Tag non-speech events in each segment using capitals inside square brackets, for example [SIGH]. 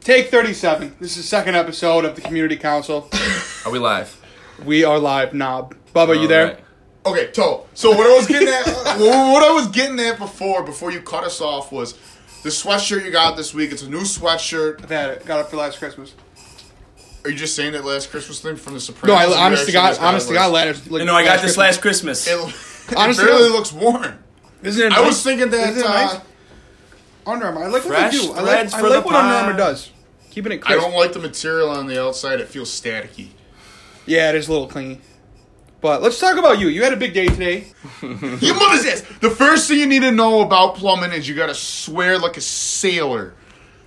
Take 37. This is the second episode of the Community Council. Are we live? We are live now. Bubba, you there? Alright. Okay, so so what I was [LAUGHS] getting at, what- what I was getting at before, before you cut us off, was the sweatshirt you got this week. It's a new sweatshirt. I've had it. Got it for last Christmas. Are you just saying that last Christmas thing from the Supreme? No, I honestly got, honestly got letters. No, I got this last Christmas. [LAUGHS] It, it Honest to barely God. looks worn. Isn't it I nice? was thinking that. Isn't it uh, nice? Under Armour. I like what Fresh they do. I like, threads I for like the what Under pod. Armour does. Keeping it I crisp. don't like the material on the outside. It feels staticky. Yeah, it is a little clingy. But let's talk about you. You had a big day today. Mm-hmm. Your mother's ass. The first thing you need to know about plumbing is you gotta swear like a sailor.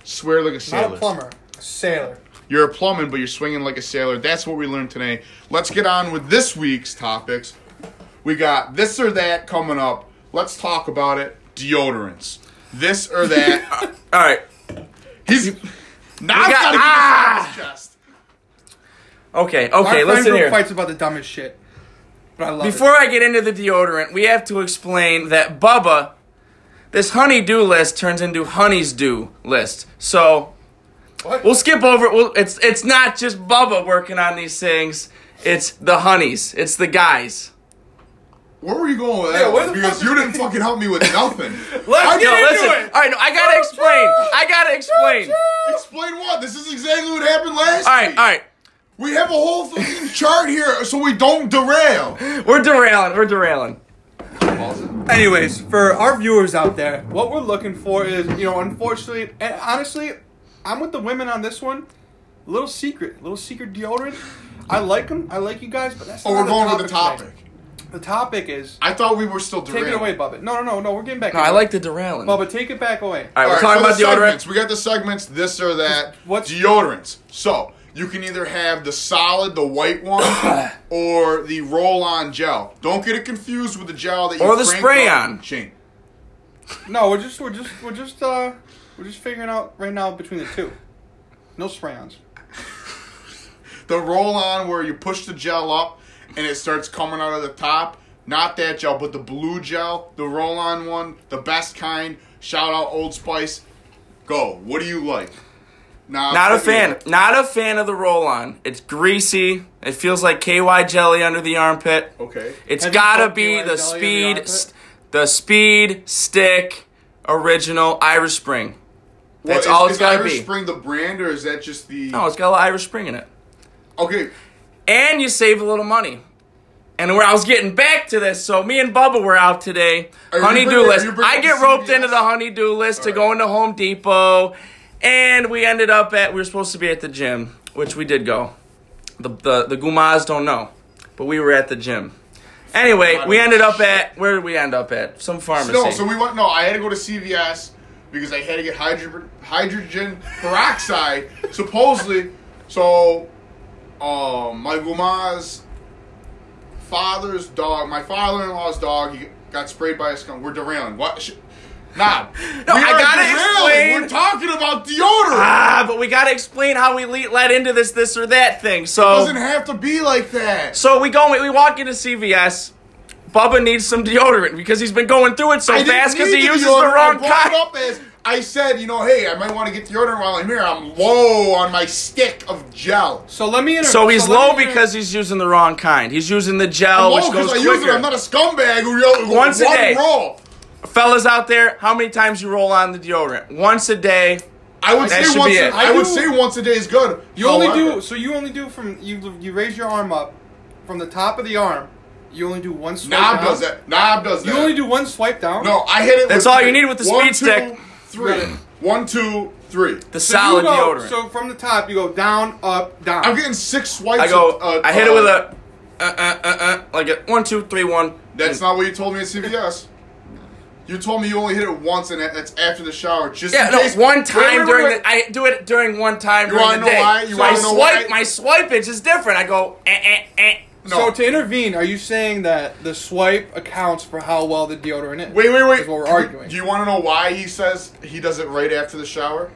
Swear like a sailor. sailor. You're a plumbing, but you're swinging like a sailor. That's what we learned today. Let's get on with this week's topics. We got this or that coming up. Let's talk about it. Deodorants. This or that. All right. He's now We I've got- gotta get this off his chest. Okay. Our Okay. friend Listen group here. fights about the dumbest shit. But I love it. Before I get into the deodorant, we have to explain that Bubba, this honey-do list turns into honey's do list. So What? we'll skip over. it. We'll, it's it's not just Bubba working on these things. It's the honeys. It's the guys. Where were you going with that? Yeah, where the fuck- because you didn't fucking help me with nothing. Let's get into listen. it. All right. No, I gotta explain. I gotta explain. Explain what? This is exactly what happened last All right. week. All right. We have a whole fucking chart here so we don't derail. We're derailing. We're derailing. Anyways, for our viewers out there, what we're looking for is, you know, unfortunately, and honestly, I'm with the women on this one. Little secret, little secret deodorant. I like them. I like you guys, but that's. Oh, not we're going with the topic topic. today. The topic is I thought we were still take derailing. it away, Bubba. No, no, no, no. We're getting back. No, I like the derailing. All Bubba. Take it back away. right. We're All right, talking about so the deodorant. segments. We got the segments, this or that. What's- deodorants? So you can either have the solid, the [COUGHS] white one, or the roll-on gel. Don't get it confused with the gel that you Or the crank spray-on. up- Shane. No, we're just, we're just, we're just, uh, we're just figuring out right now between the two. No spray-ons. The roll-on where you push the gel up and it starts coming out of the top. Not that gel, but the blue gel, the roll-on one, the best kind. Shout out Old Spice. Go. What do you like? Nah, Not a fuck you. fan. Not a fan of the roll on. It's greasy. It feels like KY jelly under the armpit. Okay. It's Oh. Have you gotta felt KY be jelly the under the speed, armpit? st- the speed stick original Irish Spring. Well, That's is- all it's is gotta Irish be. Spring the brand, or is that just the? No, it's got a little Irish Spring in it, Okay. and you save a little money. And where I was getting back to this, so me and Bubba were out today. Are you Honeydew bringing- list. you bringing I get the roped CVS? into the honeydew list to go into Home Depot, and we ended up at. We were supposed to be at the gym, which we did go. The the the Gumas don't know, but we were at the gym. Anyway, we ended up at where did we end up at? Some pharmacy. No, so we went. No, I had to go to CVS because I had to get hydro, hydrogen peroxide, [LAUGHS] supposedly. So, um, my guma's father's dog, my father-in-law's dog, he got sprayed by a skunk. We're derailing. What? Sh- nah. [LAUGHS] No, We I are gotta explain- derailing. We're talking about deodorant. ah, but we gotta explain how we le- led into this this or that thing. It So doesn't have to be like that. so we go we walk into CVS. Bubba needs some deodorant because he's been going through it so I didn't fast because need he to uses deodorant. the wrong I brought kind. it up as I said, you know, hey, I might want to get deodorant while I'm here. I'm low on my stick of gel. So let me. Inter- So he's let low me inter- because he's using the wrong kind. He's using the gel, I'm low Oh, which goes because Oh, I quicker. use it. I'm not a scumbag who yells Once a one day. roll. Fellas out there, how many times you roll on the deodorant? Once a day. I would That say should once. be A, it. I I would do- say once a day is good. You only However, do so. You only do from you. You raise your arm up from the top of the arm. You only do one swipe. Knob down. does that. Knob does that. You only do one swipe down. No, I hit it. That's with all three. you need with the One, speed two, stick. Three. One, two, three. The So you solid go- deodorant. So from the top, you go down, up, down. I'm getting six swipes. I go. of- uh, I hit it uh, with a, uh, uh, uh, uh, like a one, two, three, one. That's not what you told me at CVS. You told me you only hit it once, and that- that's after the shower. Just Yeah, in no, case- one Wait, time wait, wait, during wait. the. I do it during one time You during wanna the know day. why? You so I wanna know swipe. why? My swipeage is different. I go. Eh, eh, eh. So no. to intervene, are you saying that the swipe accounts for how well the deodorant is? Wait, wait, wait. That's what we're Can we- arguing. Do you want to know why he says he does it right after the shower?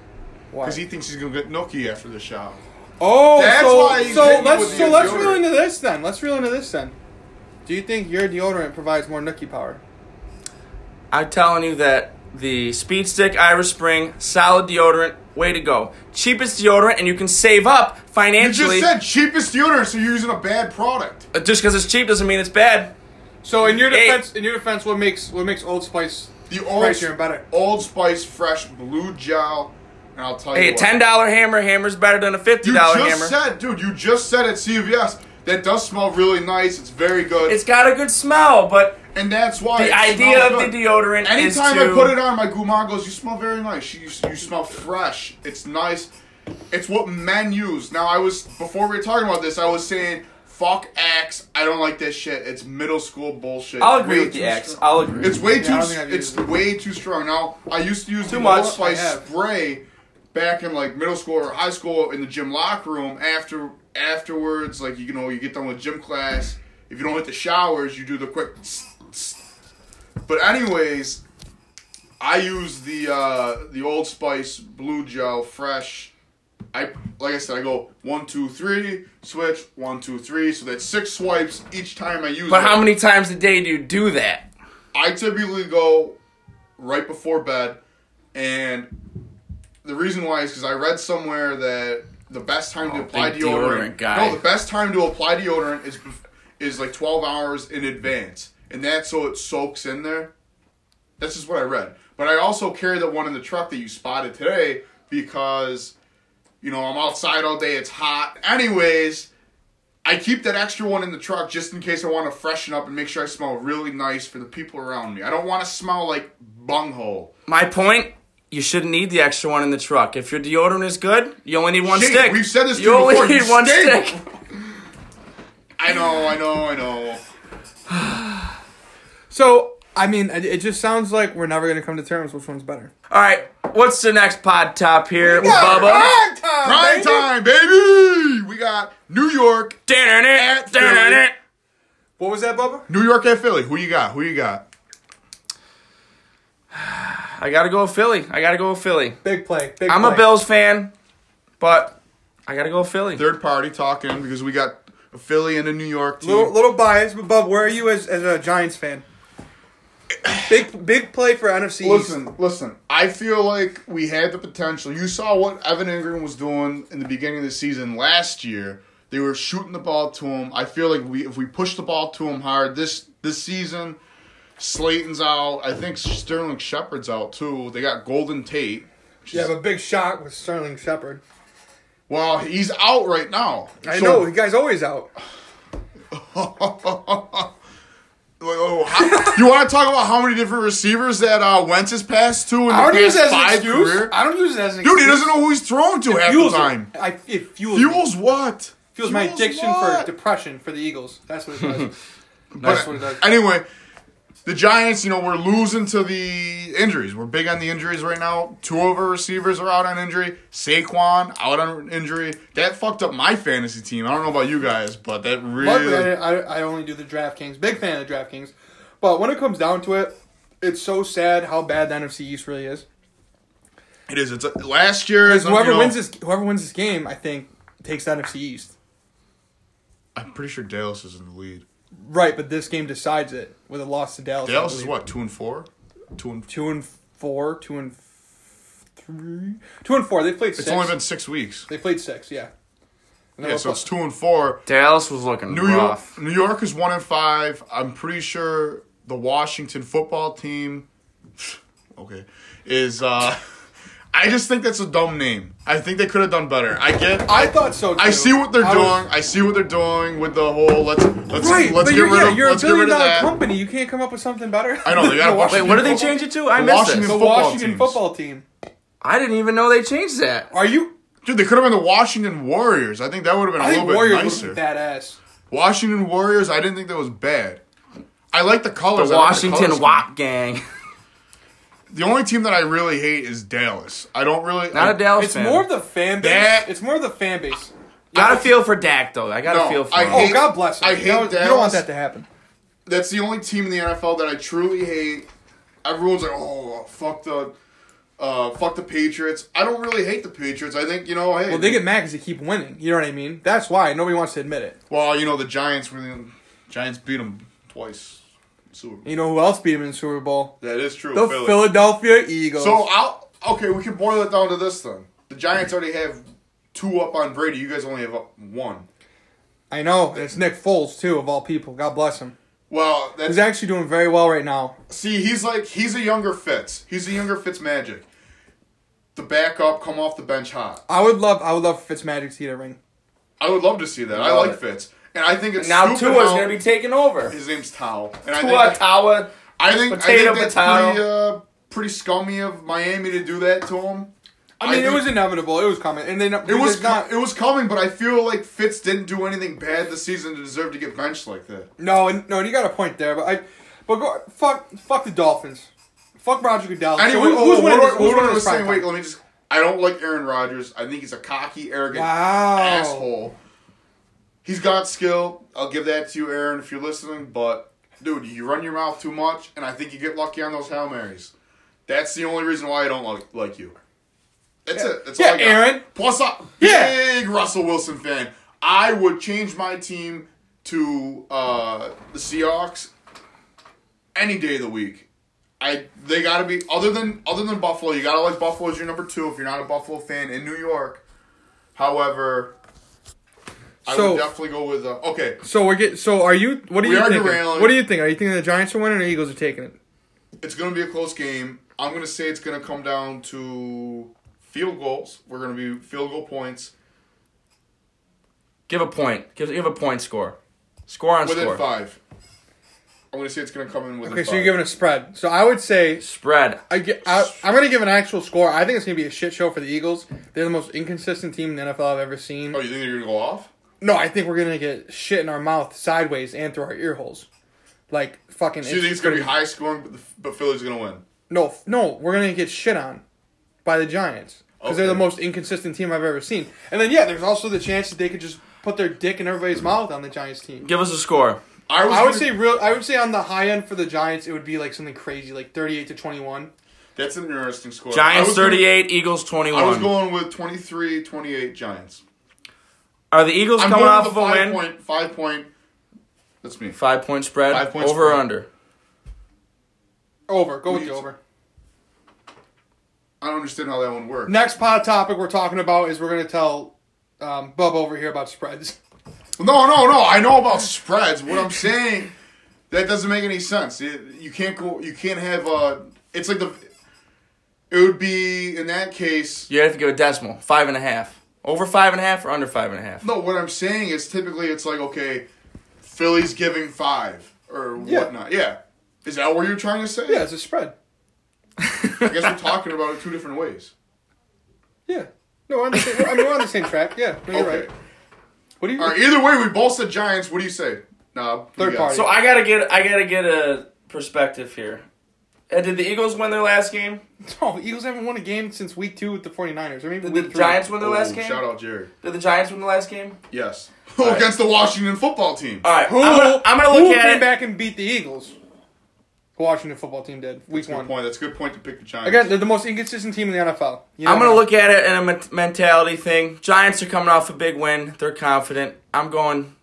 Why? Because he thinks he's gonna get nookie after the shower. Oh, That's so, why he's so hitting you let's with so the let's deodorant. reel into this then. Let's reel into this then. Do you think your deodorant provides more nookie power? I'm telling you that the Speed Stick Irish Spring solid deodorant. Way to go! Cheapest deodorant, and you can save up You just financially. said cheapest deodorant, so you're using a bad product. Uh, just because it's cheap doesn't mean it's bad. So in your Hey. defense, in your defense, what makes what makes Old Spice The Old, pricier and better? Old Spice Fresh Blue Gel, and I'll tell you Hey, a what. ten dollar hammer hammer's better than a fifty You dollar just hammer. said, dude, you just said at CVS that does smell really nice. It's very good. it's got a good smell, but and that's why the it idea smells of good. the deodorant is Anytime to I put it on, my guma goes, you smell very nice. You, you smell fresh. It's nice. It's what men use. Now, I was, before we were talking about this, I was saying, fuck Axe. I don't like this shit. It's middle school bullshit. I'll agree Way with too the X. strong. I'll agree. It's way Yeah, too. I don't think I've It's used it. way too strong. Now I used to use too the much. Old Spice I have. spray back in like middle school or high school in the gym locker room. After afterwards, like you know, you get done with gym class. If you don't hit the showers, you do the quick. tss, tss. But anyways, I use the uh, the Old Spice Blue Gel Fresh. I like I said, I go one, two, three, switch, one, two, three. So that's six swipes each time I use. but it. how many times a day do you do that? I typically go right before bed, and the reason why is because I read somewhere that the best time to apply Oh, big deodorant, deodorant guy. no, the best time to apply deodorant is bef- is like twelve hours in advance, and that's so it soaks in there. This is what I read, but I also carry the one in the truck that you spotted today because you know I'm outside all day, it's hot. Anyways. I keep that extra one in the truck just in case I want to freshen up and make sure I smell really nice for the people around me. I don't want to smell like bunghole. My point. You shouldn't need the extra one in the truck. If your deodorant is good, you only need one Shane, stick. We've said this to you you only before. need you one stink. stick. I know, I know, I know. So I mean, it it just sounds like we're never gonna come to terms which one's better. All right, what's the next pod top here, Bubba? Prime time, Prime baby! time, baby! We got New York, Dun-dun-dun, dun-dun-dun. What was that, Bubba? New York at Philly. Who you got? Who you got? I gotta go with Philly. I gotta go with Philly. Big play. Big I'm a play. Bills fan, but I gotta go with Philly. Third party talking because we got a Philly and a New York team. Little, little bias, but Bub, where are you as, as a Giants fan? Big big play for NFC. East. Listen, listen. I feel like we had the potential. You saw what Evan Ingram was doing in the beginning of the season last year. They were shooting the ball to him. I feel like we if we push the ball to him hard this this season, Slayton's out. I think Sterling Shepard's out too. They got Golden Tate. which Yeah, is- but big shot with Sterling Shepard. well, he's out right now. I So- know the guy's always out. Wait, wait, wait, oh, how- you want to talk about how many different receivers that uh, Wentz has passed to in the I don't use past it as an five excuse. career? I don't use it as an excuse. Dude, he doesn't know who he's throwing to half the fuels it. time. I, it fuels, me. Fuels what? fuels my Fuels addiction what? for depression for the Eagles. That's what it [LAUGHS] does. Nice. That's what it does. Anyway, the Giants, you know, we're losing to the injuries. We're big on the injuries right now. Two of our receivers are out on injury. Saquon out on injury. That fucked up my fantasy team. I don't know about you guys, but that Luckily, really. I, I, I only do the DraftKings. Big fan of DraftKings. But when it comes down to it, it's so sad how bad the NFC East really is. It is. It's a, last year. Because you know, whoever wins this, whoever wins this game, I think takes the NFC East. I'm pretty sure Dallas is in the lead. Right, but this game decides it with a loss to Dallas. I Dallas is believe. what two and four, two and. Two and four, two and f- three, two and four. They played six. It's only been six weeks. they played six, yeah. And then Yeah, we'll so it's play- two and four. Dallas was looking New York, rough. New York is one and five. I'm pretty sure the Washington football team, [SIGHS] okay, is. uh [LAUGHS] I just think that's a dumb name. I think they could have done better. I get. I, I thought so. Too. see what they're I was- doing. I see what they're doing with the whole let's let's Right, let's but get you're, rid yeah, of you're a let's get rid billion of dollar that. company. You can't come up with something better. I know they [LAUGHS] got. The Wait, Washington, what did they football- change it to? I the missed Washington this. the football Washington teams. football team. I didn't even know they changed that. Are you? Dude, they could have been the Washington Warriors. I think that would have been a I little think bit Warriors nicer. look badass. Washington Warriors. I didn't think that was bad. I like the colors. The I like the Washington colors. WAP gang. [LAUGHS] The only team that I really hate is Dallas. I don't really. I, Not a Dallas It's fan. more of the fan base. That- It's more of the fan base. Gotta feel for Dak though. I gotta No, feel for I him. Oh, hate- God bless him. I You hate don't- You Dallas. don't want that to happen. That's the only team in the NFL that I truly hate. Everyone's like, oh, fuck the, uh, fuck the Patriots. I don't really hate the Patriots. I think you know, hey, Well, they get mad because they keep winning. You know what I mean? That's why nobody wants to admit it. well, you know, the Giants were the Giants beat them twice. Super Bowl. You know who else beat him in the Super Bowl? That is true. The Philly. Philadelphia Eagles. So I'll okay. We can boil it down to this then. The Giants already have two up on Brady. You guys only have up one. I know uh, and it's Nick Foles too, of all people. God bless him. Well, He's that's actually doing very well right now. see. He's like he's a younger Fitz. He's a younger Fitz magic. The backup come off the bench hot. I would love, I would love for Fitzmagic to get a ring. I would love to see that. I Love like it. Fitz, and I think it's Now stupid Tua's how- gonna be taking over. his name's Tao, and I Tua, think Tawa. I think, potato, I think that's potato. pretty uh, pretty scummy of Miami to do that to him. I mean, it think- was inevitable. It was coming, and then It was not. com- it was coming, but I feel like Fitz didn't do anything bad this season to deserve to get benched like that. No, and- no, and you got a point there, but I, but go, fuck, fuck the Dolphins, fuck Roger Goodell. Anyway, So who- oh, who's oh, winning what this- I- who's what I winning was this saying, prime wait, time? let me just. I don't like Aaron Rodgers. I think he's a cocky, arrogant Wow. asshole. He's got skill. I'll give that to you, Aaron, if you're listening. But dude, you run your mouth too much, and I think you get lucky on those hail marys. That's the only reason why I don't like like you. That's it. That's Yeah, all I got. Aaron. Plus, I'm Yeah. big Russell Wilson fan. I would change my team to uh, the Seahawks any day of the week. I they got to be other than other than Buffalo. You got to like Buffalo as your number two if you're not a Buffalo fan in New York. However, I So- would definitely go with uh, okay. So we're getting. So are you? What are We you are thinking? derailing. What do you think? Are you thinking the Giants are winning or the Eagles are taking it? It's gonna be a close game. I'm gonna say it's gonna come down to field goals. We're gonna be field goal points Give a point. Give, give a point score. Score on within score. five. I'm gonna say it's gonna come in within. Okay, so five. you're giving a spread. So I would say Spread. I gi- I, am going to give an actual score. I think it's going to be a shit show for the Eagles. They're the most inconsistent team in the NFL I've ever seen. Oh, you think they're gonna go off? No, I think we're going to get shit in our mouth sideways and through our ear holes. Like, fucking. So you think it's gonna be high scoring, but, the, but Philly's gonna win? No, f- no, we're going to get shit on by the Giants. Because they're the Okay. most inconsistent team I've ever seen. And then, yeah, there's also the chance that they could just put their dick in everybody's mouth on the Giants team. Give us a score. I, was I would gonna- say real. I would say on the high end for the Giants, it would be like something crazy, like thirty-eight to twenty-one. that's an interesting score. I Giants was gonna- 38, Eagles 21. I was going with 23 28 Giants. Are the Eagles I'm coming going off with of a a win? five point, five point. That's me. Five point spread. Five point over or spread. under. Over. Go with We- the over. I don't understand how that one works. Next pod topic we're talking about is we're gonna tell um, Bub over here about spreads. [LAUGHS] No, no, no. I know about spreads. What I'm saying, that doesn't make any sense. It- you can't go. You can't have. Uh, it's like the. It would be in that case. You have to give a decimal. Five and a half. Over five and a half or under five and a [LAUGHS] half? No, what I'm saying is typically it's like okay, Philly's giving five or Yeah. whatnot. Yeah. Is that what you're trying to say? Yeah, it's a spread. I guess we're talking about it two different ways. Yeah. No, we're on the same, I mean, we're on the same track. Yeah, no, you're Okay. right. What do you? All right. Either way, we both said Giants. What do you say? Nah. Third party. So I gotta get I gotta get a perspective here. Uh, did the Eagles win their last game? [LAUGHS] No, oh, Eagles haven't won a game since week two with the 49ers. Or maybe Did week the three. Giants win their Oh, last game? Shout out Jerry. Did the Giants win the last game? [LAUGHS] Yes. Against the Washington football team. All right, Who? I'm gonna, I'm gonna who look at came it. back and beat the Eagles? The Washington football team did week That's a good one. point. That's a good point to pick the Giants. Again, they're the most inconsistent team in the NFL. You I'm know gonna that. look at it in a men- mentality thing. Giants are coming off a big win. They're confident. I'm going.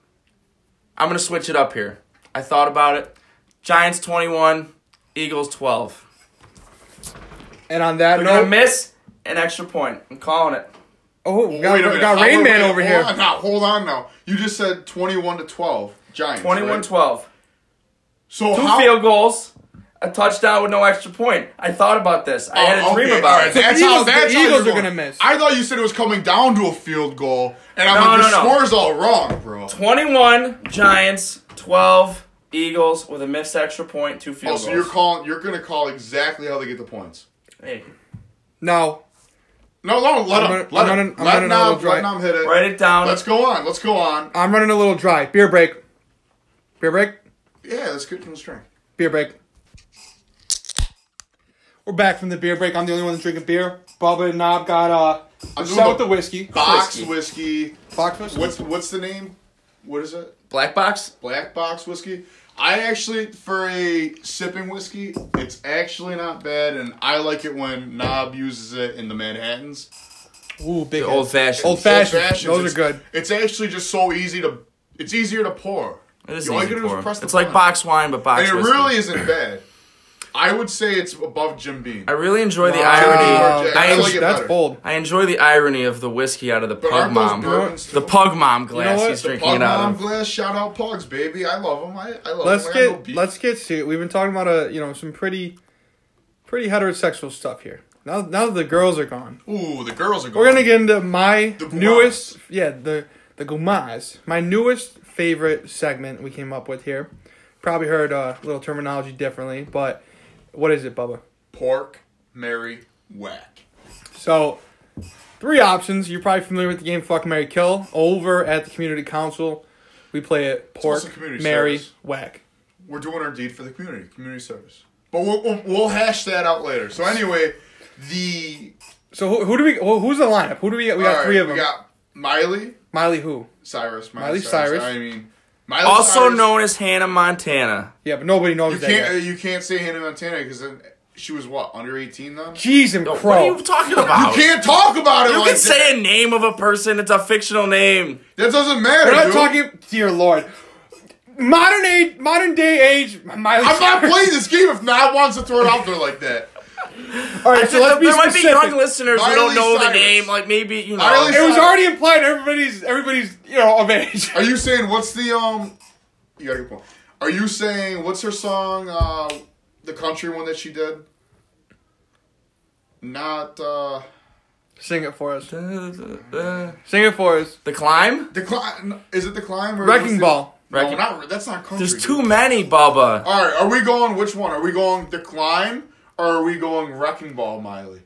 I'm gonna switch it up here. I thought about it. Giants 21, Eagles 12. And on that They're gonna note, miss an extra point. I'm calling it. oh, we got, Wait a minute. got Hold- Rain wait, Man wait, over hold here. On, now, hold on now. You just said 21 to 12. Giants. 21 right? 12. So Two how, field goals, a touchdown with no extra point. I thought about this. I had a Oh, dream okay, about all right, it. That's The how, Eagles- the that's how Eagles you're are going. gonna miss. I thought you said it was coming down to a field goal, and I'm No, like, your no, no. score's all wrong, bro. 21 Giants, 12 Eagles with a missed extra point, two field Oh, goals. so you're calling. You're gonna call exactly how they get the points. hey, No, No, no, let I'm him. gonna- Let I'm him. gonna- I'm Let gonna know Nam. the dri- Let Nam hit it. write it down. Let's go on. Let's go on. I'm running a little dry. Beer break. Beer break. Yeah, let's get to the string. Beer break. We're back from the beer break. I'm the only one that's drinking beer. Bubba and Knob got uh, I'm doing set with the the whiskey. Box Whiskey. whiskey. Fox whiskey. What's what's the name? What is it? Black box? Black box whiskey. I actually for a sipping whiskey, it's actually not bad, and I like it when Nob uses it in the Manhattans. Ooh, big old head. fashioned. Old fashioned. Old fashions, Those it's- are good. It's actually just so easy to. It's easier to pour. It is You all easy you gotta do is pour. press the It's like button. box wine, but box And it whiskey. really isn't bad. I would say it's above Jim Beam. I really enjoy the Wow. irony. I I, like en- it Um, That's better. bold. I enjoy the irony of the whiskey out of the But pug aren't those mom. bourbons The too- pug mom glass what? he's The drinking Pug it out Mom of. glass, shout out Pugs, baby. I love them. I, I love Let's them. get let's get serious. We've been talking about a you know some pretty, pretty heterosexual stuff here. Now now that the girls are gone, Ooh, the girls are going. we're gonna get into my The gumas. newest yeah the the gumas my newest favorite segment we came up with here. Probably heard uh, a little terminology differently, but what is it, Bubba? pork, Mary, whack. So, three options. You're probably familiar with the game Fuck Mary Kill. Over at the community council, we play it also Pork, community Mary, service. Whack. We're doing our deed for the community, community service. But we'll, we'll, we'll hash that out later. So anyway, the So who, who do we? Who, who's the lineup? Who do we? We got all right, three of them. We got Miley Miley who? Cyrus, Miley, Miley Cyrus. Cyrus. I mean, Miley Also Cyrus- known as Hannah Montana. Yeah, but nobody knows You that. can't uh, yet. you can't say Hannah Montana because she was what under eighteen then. Jeez and What are crow. you talking about? You can't talk about it. You like can that. say a name of a person. It's a fictional name. that doesn't matter. We're not dude. talking. Dear Lord. Modern age, modern day age. Miley. I'm not Cyrus. playing this game if Matt wants to throw it out there like that. All right, so there let's be might be specific. young listeners who don't Miley know the Cyrus. name. Like maybe you know. Miley it was Cyrus. already implied everybody's everybody's you know of age. Are you saying what's the um? You got a good point. Are you saying what's her song? Uh, the country one that she did. Not uh, Sing it for us. the Sing it for us. climb. decline. Is it decline? Or Wrecking what's the- Ball. No, Wrecking- not Oh, that's not country. There's too many, Bubba. All right, are we going which one? Are we going decline or are we going wrecking ball, Miley?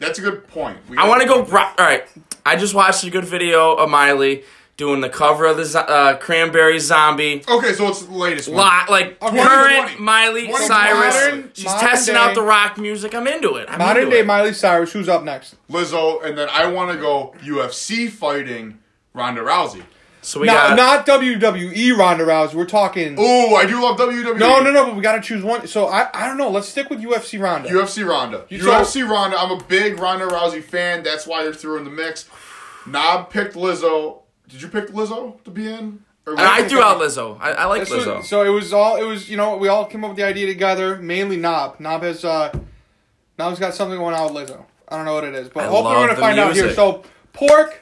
That's a good point. We I gotta- want to go. Ro- All right, I just watched a good video of Miley doing the cover of the zo- uh, Cranberry Zombie. Okay, so it's the latest one. Lot like Okay. current 2020. Miley 2020. Cyrus. Modern- She's modern testing day- out the rock music. I'm into it. I'm Modern into day it. Miley Cyrus. Who's up next? Lizzo, and then I want to go UFC fighting Ronda Rousey. so we Not, got not WWE Ronda Rousey. We're talking. Oh, I do love WWE. No, no, no. But we gotta choose one. So I, I don't know. Let's stick with UFC Ronda. UFC Ronda. You- UFC Ronda. I'm a big Ronda Rousey fan. That's why you're through in the mix. Knob picked Lizzo. Did you pick Lizzo to be in? Or And I threw out Lizzo. I, I like This was- Lizzo. so it was all. It was you know we all came up with the idea together. Mainly Knob. Knob has uh, Knob's got something going on with Lizzo. I don't know what it is, but I hopefully we're love gonna the find out here. music. So pork.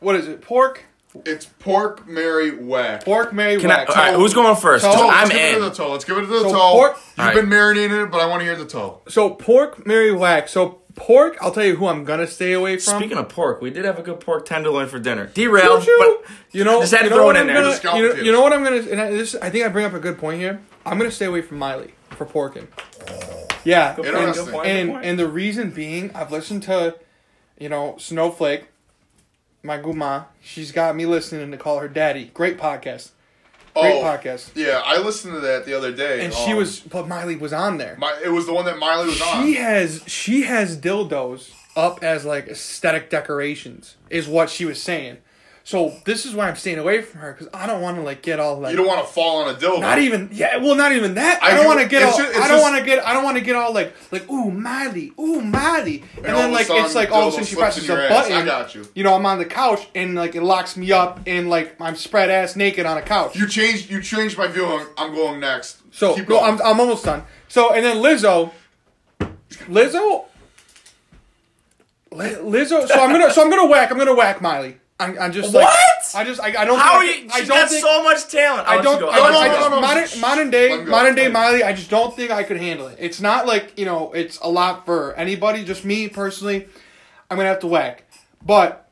What is it? Pork. It's Pork Mary Whack. Pork. Mary. Can I, Whack. all right, who's going first? Toe. Because Toe, I'm let's give it to in. the toe. Let's give it to the So toe. pork- You've Alright. been marinating it, but I want to hear the toe. So pork. Mary. Whack. So pork. I'll tell you who I'm gonna stay away from. Speaking of pork, we did have a good pork tenderloin for dinner. Derailed, Choo-choo. but you know, just had to you know throw what it in I'm there. gonna- Just scalp you, know, tips. you know what I'm gonna? And I, this, I think I bring up a good point here. I'm gonna stay away from Miley for porking. Yeah, and, Interesting. Good point, good and point. and the reason being, I've listened to, you know, Snowflake, my guma. She's got me listening to call her daddy. Great podcast, great Oh. podcast. Oh, Yeah, I listened to that the other day. And she Um, was, but Miley was on there. My, it was the one that Miley was on. She has she has dildos up as like aesthetic decorations is what she was saying. So this is why I'm staying away from her because I don't want to like get all like you don't want to fall on a dildo. not even yeah well not even that I, I don't do- want to get it's all ju- it's I don't just- want to get I don't want to get all like like ooh Miley ooh Miley and, all of then a like sudden, it's like all of a sudden dildo she slips presses a in your ass. button I got you. you know I'm on the couch and like it locks me up and like I'm spread ass naked on a couch You changed. You changed my view. on- I'm going next. so Keep no, going. I'm I'm almost done so and then Lizzo Lizzo Li- Lizzo so I'm gonna so I'm gonna whack I'm gonna whack Miley I'm, I'm just like What? I just I, I don't How are think you? I, I She's don't got think so much talent. Oh, I'll I let don't. you go. I, I'll I, let no, you no, go. no, no. modern, modern day, Let him go. modern day Let him go. Miley. I just don't think I could handle it. It's not like you know, it's a lot for anybody. Just me personally, I'm gonna have to whack. But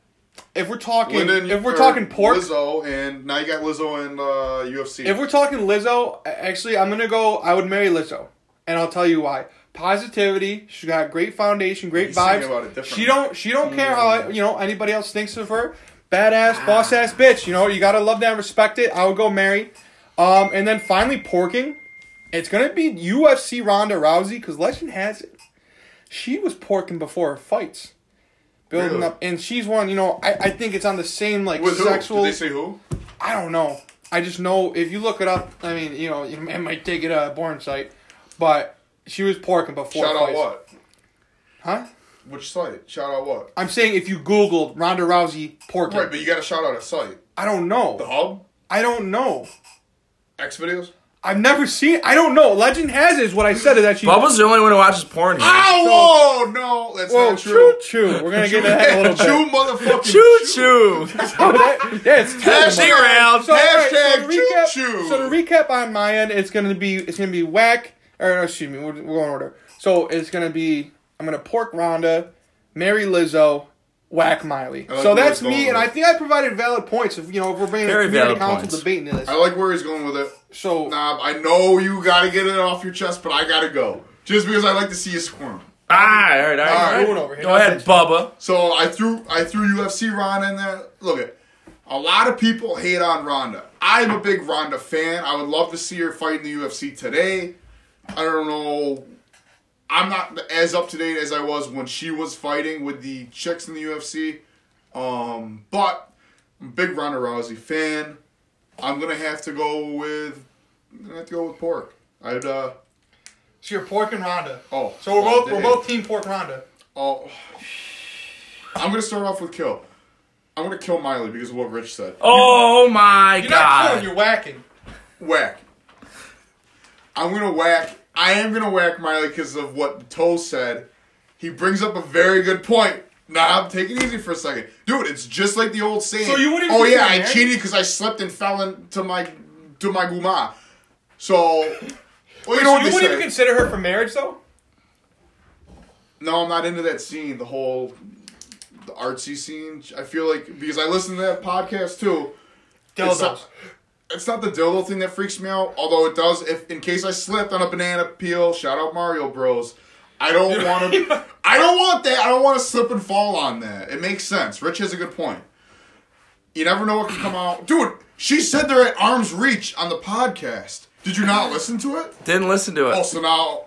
if we're talking, Lyndon, if we're or talking pork, Lizzo, and now you got Lizzo and uh, UFC. if we're talking Lizzo, a- actually, I'm gonna go. I would marry Lizzo, and I'll tell you why. Positivity. She's got great foundation, great He's vibes. thinking about it differently. Mm. she don't. She don't care how you know anybody else thinks of her. Ah. Badass, boss ass bitch. You know you gotta love that, and respect it. I would go marry. Um, and then finally porking. It's gonna be UFC Ronda Rousey because legend has it she was porking before her fights. Building Really? up, and she's one. You know, I, I think it's on the same like with who? sexual. Did they say who? I don't know. I just know if you look it up. I mean, you [LAUGHS] know, it might take it a born site, but she was porking before. Shout out fights. what? Huh? Which site? Shout out what? I'm saying if you Googled Ronda Rousey porking, Right, but you got to shout out a site. I don't know. The Hub. I don't know. X videos. I've never seen. I don't know. Legend has it, is what I said. Is that she? Bubba's the only one who watches porn here. Ah! Oh, whoa, no, that's Whoa, not true. choo choo. We're gonna get into that in a little Chew, bit. motherfucking Choo choo. [LAUGHS] Oh, that- [LAUGHS] yeah, it's terrible. Hashtag round. So, all right, so Hashtag to recap- choo-choo. So to recap on my end, it's gonna be it's gonna be whack or excuse me, we're, we're going order. So it's gonna be I'm gonna pork Rhonda, Mary Lizzo, whack Miley. I like so where that's it's going me, and with I it. think I provided valid points. If you know, if we're bringing Very a community valid council points. debate into this, I like where he's going with it. so Nah, I know you gotta get it off your chest, but I gotta go. Just because I like to see you squirm. Ah, all right, all All right. right. Moving over here. Go ahead, Bubba. So I threw I threw UFC Ronda in there. Look at a lot of people hate on Ronda. I'm a big Ronda fan. I would love to see her fight in the UFC today. I don't know. I'm not as up to date as I was when she was fighting with the chicks in the UFC. Um, but I'm a big Ronda Rousey fan. I'm gonna have to go with. I'm gonna have to go with pork. I'd uh so you're pork and Rhonda. oh. So we're both we're Dave. both team pork Rhonda. Oh, I'm gonna start off with kill. I'm gonna kill Miley because of what Rich said. Oh my You're not killing, god. you're whacking. Whack. I'm gonna whack. I am gonna whack Miley because of what Toe said. He brings up a very good point. Nah, take it easy for a second, dude. It's just like the old saying. So you wouldn't Oh even yeah, be I married? cheated because I slept and fell into my to my guma. So, well, you know So what you they wouldn't say. even consider her for marriage though. No, I'm not into that scene. The whole the artsy scene. I feel like because I listen to that podcast too. It's Dildos. not, it's not the dildo thing that freaks me out. Although it does. If in case I slipped on a banana peel, shout out Mario Bros. I don't want to. I don't want that. I don't want to slip and fall on that. It makes sense. Rich has a good point. You never know what can come out, dude. She said they're at arm's reach on the podcast. Did you not listen to it? Didn't listen to Oh. it. Also now,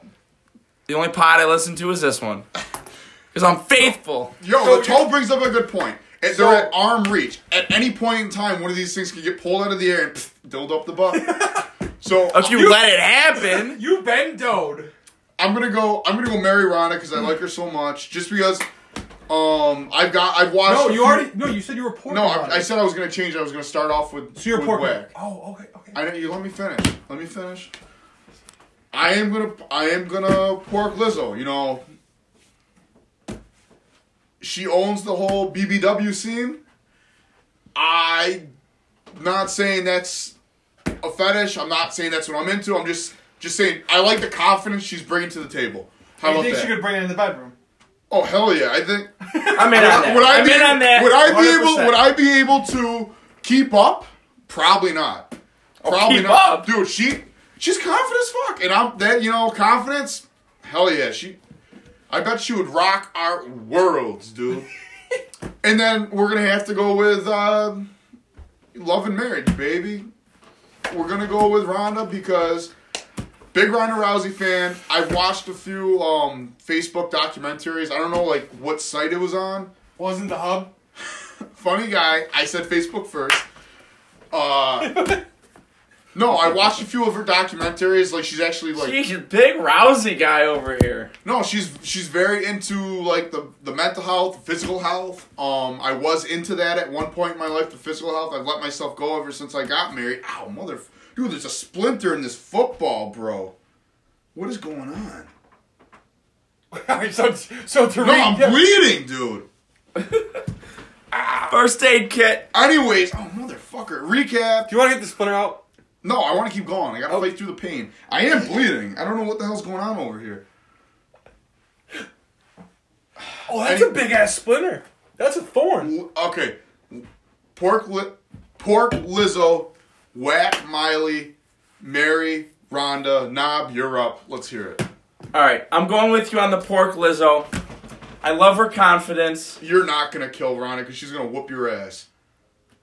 The only pod I listened to is this one. Because I'm faithful. Yo, So the toe brings up a good point. If So- they're at arm reach. At any point in time, one of these things can get pulled out of the air and pfft, dildo up the butt. so If you, I'm- let it happen. You been doed. I'm gonna go. I'm gonna go marry Rhonda because I like her so much. Just because, um, I've got. I've watched. No, you a few- already. No, you said you were pork. No, Rhonda. I, I said I was gonna change. I was gonna start off with. So you're with pork. whack. Oh, okay, okay. I know you. Let me finish. Let me finish. I am gonna. I am gonna pork Lizzo. You know. She owns the whole BBW scene. I, not saying that's a fetish. I'm not saying that's what I'm into. I'm just just saying I like the confidence she's bringing to the table. How you about think that? she could bring it in the bedroom? oh hell yeah! I think [LAUGHS] I'm in on that. would I I'm be in on that. would I be able 100%. would I be able to keep up? Probably not. Probably Oh, keep not, up? dude. She she's confident as fuck, and I'm that you know confidence. Hell yeah, she. I bet she would rock our worlds, [LAUGHS] dude. and then we're gonna have to go with um, love and marriage, baby. We're gonna go with Ronda because big Ronda Rousey fan. I've watched a few um, Facebook documentaries. I don't know like what site it was on Wasn't the hub? [LAUGHS] funny guy. I said Facebook first. Uh, no, I watched a few of her documentaries. Like she's actually like She's a big rousy guy over here. no, she's she's very into like the the mental health, physical health. Um, I was into that at one point in my life, the physical health. I've let myself go ever since I got married. Ow, mother, dude, there's a splinter in this football, bro. What is going on? so, so to No, recap, I'm bleeding, dude. First aid kit. Anyways, oh motherfucker, recap. do you want to get the splinter out? No, I want to keep going. I Oh. gotta fight through the pain. I am bleeding. I don't know what the hell's going on over here. Oh, that's I- a big ass splinter. That's a thorn. L- Okay, pork, li- pork Lizzo, whack Miley, Mary, Rhonda, Knob, you're up. Let's hear it. All right, I'm going with you on the pork Lizzo. I love her confidence. You're not gonna kill Rhonda because she's gonna whoop your ass.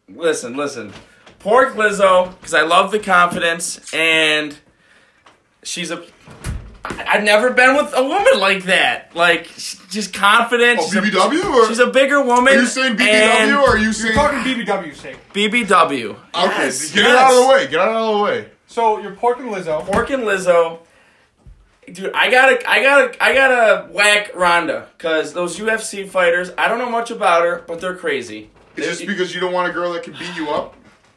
Listen, listen. Pork Lizzo, because I love the confidence, and she's a. I- I've never been with a woman like that. Like, she's just confident. Oh, she's a- BBW or She's a bigger woman. are you saying and BBW or are you You're saying? talking BBW sake. BBW? okay, Yes, get it out of yes. the way. Get it out of the way. So you're pork and Lizzo. Pork and Lizzo. Dude, I gotta, I gotta, I gotta whack Ronda because those UFC fighters. I don't know much about her, but they're crazy. It's just because you don't want a girl that can beat you up.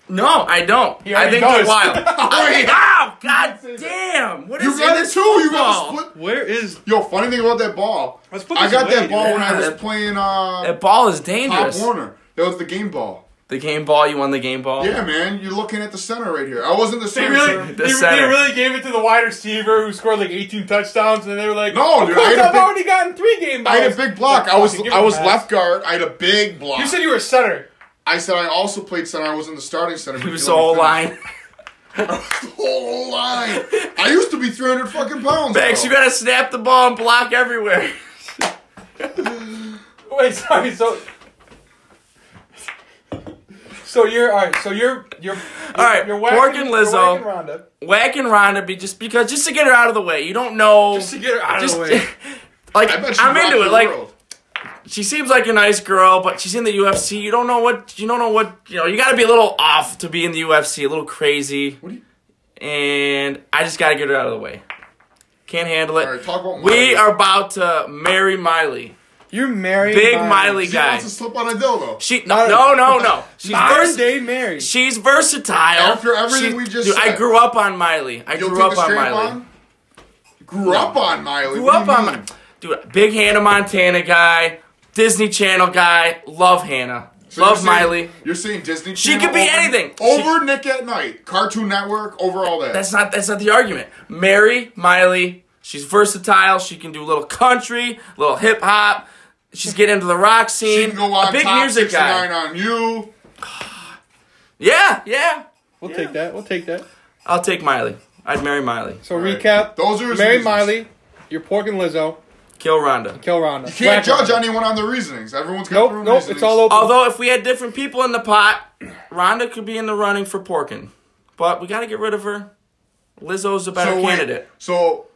No, I don't. He I already think does. they're [LAUGHS] wild. Wait. Ow! God That's it. damn! What is You in got it this too. You got football? the split. Where is Yo, funny thing about that ball. Let's put I this got away, that ball dude. when I Yeah, was that- playing uh, That ball is Pop dangerous. Warner. That was the game ball. The game ball. You won the game ball. Yeah, man, you're looking at the center right here. I wasn't the they center. really sir. The they, they center. really gave it to the wide receiver who scored like 18 touchdowns and they were like No, of dude, I course had a I've big- already gotten three game I had a balls. big block. Like, I was fucking give I it a was pass. left guard. I had a big block. You said you were a center. [LAUGHS] I said I also played center. I was in the starting center. It was the whole line. [LAUGHS] Whole line. I used to be 300 fucking pounds. Banks, you bro. gotta snap the ball and block everywhere. Wait, sorry. So, so you're all right. So you're you're all right, You're Pork and Lizzo. You're whacking Rhonda. Whacking Rhonda be just because just to get her out of the way. You don't know. Just to get her out Just- of the way. [LAUGHS] like I bet you I'm rocked into the it. Like world. she seems like a nice girl, but she's in the UFC. You don't know what you don't know what you know. You got to be a little off to be in the UFC, a little crazy. What do you- And I just got to get her out of the way. Can't handle it. All right, talk about Miley. we are about to marry Miley. You're married. Big Miley She guy. wants to slip on a dildo. She no no no no. She's First vers- day married. She's versatile. After everything She- we just dude, I said. grew up on Miley. I You'll grew take up a on strap Miley. on? Grew up on Miley. Mm-hmm. Grew What up do you on mean? Miley. Dude, big Hannah Montana guy, Disney Channel guy. Love Hannah. So Love you're saying- Miley. You're saying Disney. She Channel could be over- anything. Over Nick at Night, Cartoon Network, over all that. That's not that's not the argument. Mary Miley, she's versatile. She can do a little country, a little hip hop. She's getting into the rock scene. she can go on a big top music guy. 69 on you. Yeah, yeah. we'll take that. We'll take that. I'll take Miley. I'd marry Miley. So right. recap. Those are his married reasons. Miley. You're Pork and Lizzo. Kill Rhonda. Kill Rhonda. Can't judge anyone on the reasonings. Everyone's got Nope, their own nope. reasonings. It's all open. Although if we had different people in the pot, Rhonda could be in the running for Porkin. But we gotta get rid of her. Lizzo's a better wait, candidate. so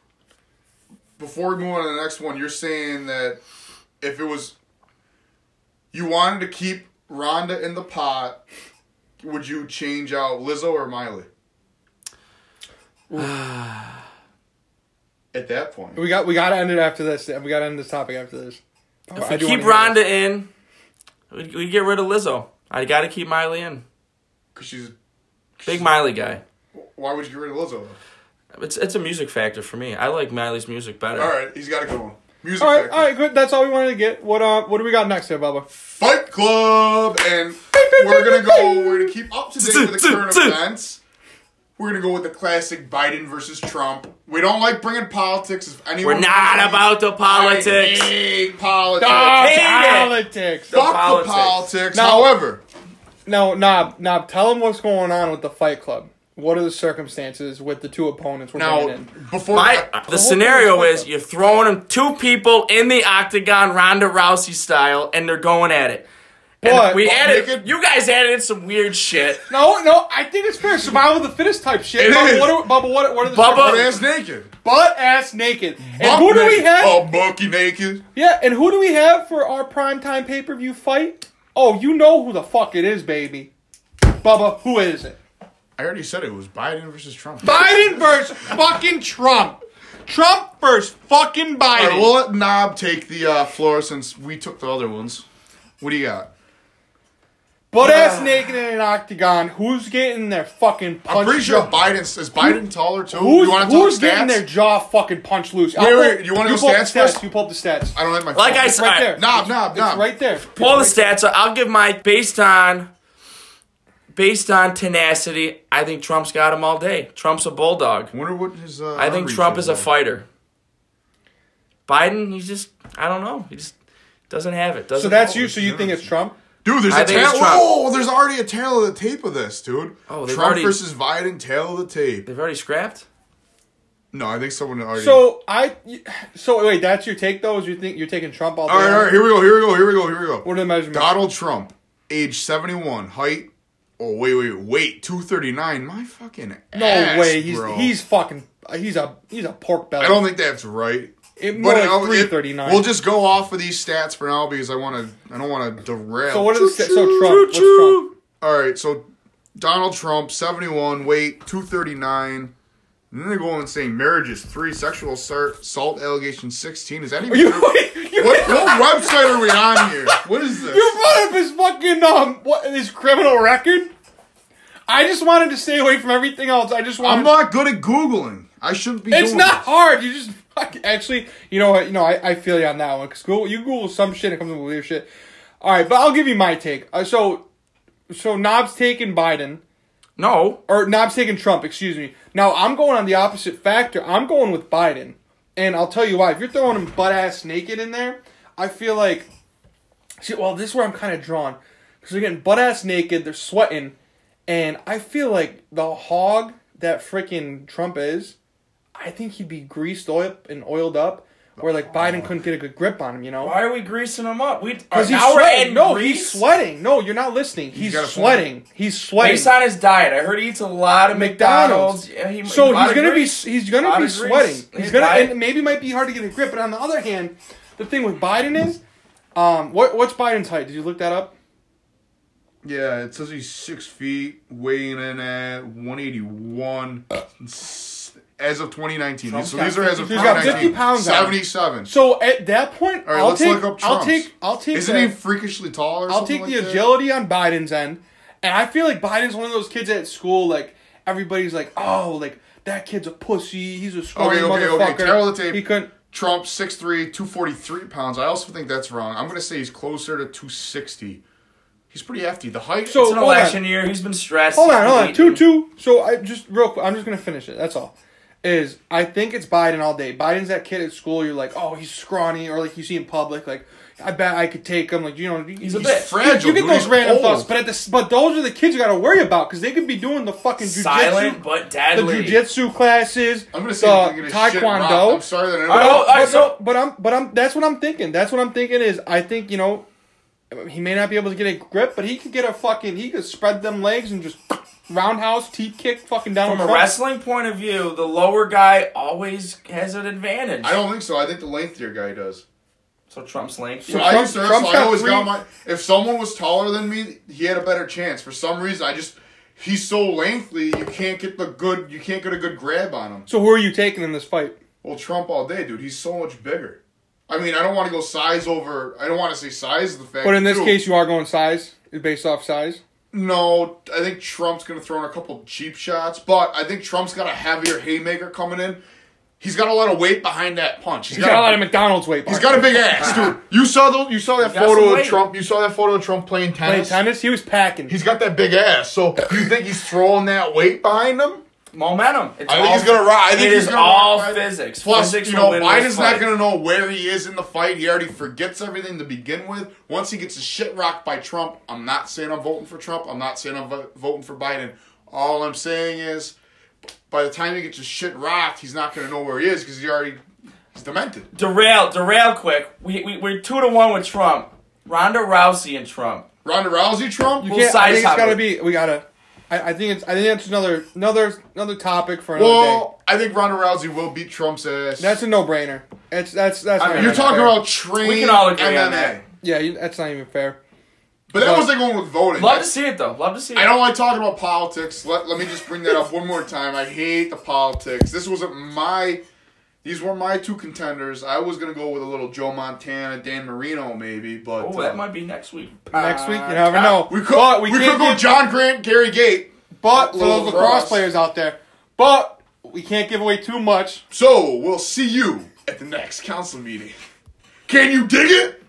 before we move on to the next one, you're saying that if it was you wanted to keep Rhonda in the pot, would you change out Lizzo or [SIGHS] Miley? At that point, we got we got to end it after this. We got to end this topic after this. If I we do Oh, keep wanna hear Rhonda in, we we get rid of Lizzo. I gotta keep Miley in. because she's Big Miley guy. why would you get rid of Lizzo? It's it's a music factor for me. I like Miley's music better. All right, he's got a good one. Music All right, Factory. all right, good. That's all we wanted to get. What uh, what do we got next here, Bubba? Fight Club, and we're gonna go. We're gonna keep up to date with the current events. We're gonna go with the classic Biden versus Trump. We don't like bringing politics. If anyone, We're not about the politics. I hate politics. Dang it. Ah, politics. Fuck Politics. the politics. No. However, No, Nob, Nob, tell him what's going on with the Fight Club. What are the circumstances with the two opponents we're bringing now in? before My, I- the scenario thing is is you're throwing them two people in the octagon, Ronda Rousey style, and they're going at it. And But- we But added, make it- you guys added in some weird shit. No, no, I think it's fair. Survival of the fittest type shit. It Bubba, is. What are, Bubba, what, what are the Bubba- butt circumstances? ass naked. butt ass naked. And who do we naked. have? Oh, Bucky naked. Yeah, and who do we have for our primetime pay per view fight? Oh, you know who the fuck it is, baby. Bubba, who is it? I already said it was Biden versus Trump. Biden versus fucking Trump. Trump versus fucking All right, Biden. we'll let Knob take the uh, floor since we took the other ones. What do you got? Butt ass naked in an octagon. Who's getting their fucking punch? I'm pretty sure Biden's is Biden taller too. Who's, you want to talk who's getting stats? their jaw fucking punched loose? Wait, wait, you wanna go pull up the stats first? You pull up the stats. I don't have my. Like phone. I said, Right Alright, there. Knob, knob, It's knob. right there. Pull the stats. up. I'll give my based on based on tenacity. I think Trump's got him all day. Trump's a bulldog. Wonder what his. Uh, I think arm Trump reach is a like. fighter. Biden, he's just I don't know. He just doesn't have it. Doesn't So that's know. you. So you think it's Trump? Dude, there's a I think tail. it's Trump. Oh, there's already a tail of the tape of this, dude. Oh, they've Trump already- versus Biden, tail of the tape. They've already scrapped. No, I think someone already. So I. So wait, that's your take though. Is you think you're taking Trump all day? all right, all right, here we go, here we go, here we go, here we go. What are the measurements? Donald Trump, age 71, height. Oh wait, wait, wait, 239. My fucking. no ass, way. He's bro. he's fucking. He's a he's a pork belly. I don't think that's right. It- more like I'll- it- 339. We'll just go off of these stats for now because I want to. I don't want to derail. So what are the sta- so Choo-choo, Trump? What's choo-choo. Trump? [LAUGHS] All right, so Donald Trump, 71, weight, 239. And then they go on and say marriage is three, sexual assert- assault allegation 16. Is that even You, [LAUGHS] true? you, What, what website are we on here? What is this? you brought up his fucking um what his criminal record. I just wanted to stay away from everything else. I just wanted. I'm not good at Googling. I shouldn't be it's doing not this. hard. You just fuck- actually, you know what? You know, I, I feel you on that one because Google, you Google some shit, it comes up with weird shit. All right, but I'll give you my take. Uh, so, so Knobs taking Biden No. or Knobs taking Trump. Excuse me. Now I'm going on the opposite factor. I'm going with Biden, and I'll tell you why. If you're throwing him butt ass naked in there, I feel like, see, well, this is where I'm kind of drawn because they're getting butt ass naked. They're sweating, and I feel like the hog that freaking Trump is. I think he'd be greased up and oiled up, where like Biden couldn't get a good grip on him, you know? Why are we greasing him up? We Because he's now we're sweating. adding No, he's grease? sweating. No, you're not listening. He's got a point. sweating. He's sweating. Based on his diet, I heard he eats a lot of McDonald's. Oh, McDonald's. Yeah, he- So lot he's of gonna be grease. he's gonna Lot be of grease. sweating. He's His gonna diet- and maybe it might be hard to get a grip, but on the other hand, the thing with Biden is, um, what what's Biden's height? Did you look that up? Yeah, it says he's six feet, weighing in at 181 as of 2019. Trump's so these are got as of 2019. 50 he's got 50 pounds on him. 77. So at that point, All right, I'll let's take look up I'll Trump's. take I'll take Isn't the, he freakishly tall or I'll something take like the that? agility on Biden's end, and I feel like Biden's one of those kids at school like everybody's like oh like that kid's a pussy he's a scrawny Okay, okay, motherfucker. okay. Tear all the tape. He couldn't. Trump 6'3", 243 pounds. I also think that's wrong. I'm going to say he's closer to 260. He's pretty hefty. The height. So- So, It's an Hold on. election year. He's been stressed. Hold He's on, been hold on. Two, eating. two. So I just real quick. I'm just gonna finish it. That's all. Is I think it's Biden all day. Biden's that kid at school. You're like, oh, he's scrawny, or like you see in public, like I bet I could take him. Like you know, he's a bit. fragile. You get dude. those He's random old. thoughts, but at the but those are the kids you got to worry about because they could be doing the fucking jujitsu, Silent but the deadly. jujitsu classes, I'm going the to say he's gonna get a shit rocked. I'm taekwondo. sorry that I I don't- don't. I But, so- but I'm but I'm that's what I'm thinking. That's what I'm thinking is I think you know he may not be able to get a grip, but he could get a fucking he could spread them legs and just roundhouse teep kick fucking down From a wrestling point of view, the lower guy always has an advantage. I don't think so. I think the lengthier guy does. So Trump's length. So I used to Trump's wrestle. I got always three- got my. If someone was taller than me, he had a better chance. For some reason, I just he's so lengthy, you can't get the good. You can't get a good grab on him. So who are you taking in this fight? Well, Trump all day, dude. He's so much bigger. I mean, I don't want to go size over. I don't want to say size is the fact. But in this too. case, you are going size based off size. no. I think Trump's gonna throw in a couple cheap shots, but I think Trump's got a heavier haymaker coming in. He's got a lot of weight behind that punch. He's got a lot of McDonald's weight. He's got a [LAUGHS] big ass, dude. You saw those. You saw got that some photo weight. of Trump. You saw that photo of Trump playing playing tennis. tennis. He was packing. He's got that big ass. So you think he's throwing that weight behind him? Momentum. It's I think all- he's gonna ride. I think it he's is gonna all ride. physics. Plus, physics you will know, win Biden's this not fight. gonna know where he is in the fight. He already forgets everything to begin with. Once he gets his shit rocked by Trump, I'm not saying I'm voting for Trump. I'm not saying I'm vo- voting for Biden. All I'm saying is, by the time he gets his shit rocked, he's not gonna know where he is because he already he's demented. derail, derail quick. We, we we're two to one with Trump. Ronda Rousey and Trump. Ronda Rousey, Trump. You can't- I size think it's got to hybrid. be. We gotta. I, I think it's. I think that's another another another topic for another day. well, I think Ronda Rousey will beat Trump's ass. That's a no brainer. It's that's that's. not mean, even You're talking fair. about trained We can all agree on MMA. that. Yeah, you, that's not even fair. But that But- wasn't going with voting. Love to That's- see it though. Love to see it. I don't like talking about politics. Let, let me just bring that up one more time. I hate the politics. This wasn't my. These were my two contenders. I was gonna go with a little Joe Montana, Dan Marino, maybe, but Oh, uh, that might be next week. Next week, you Uh, never know. we could But we, could can't go give- John Grant, Gary Gate. But for those Little lacrosse Ross. players out there, but we can't give away too much. So we'll see you at the next council meeting. Can you dig it?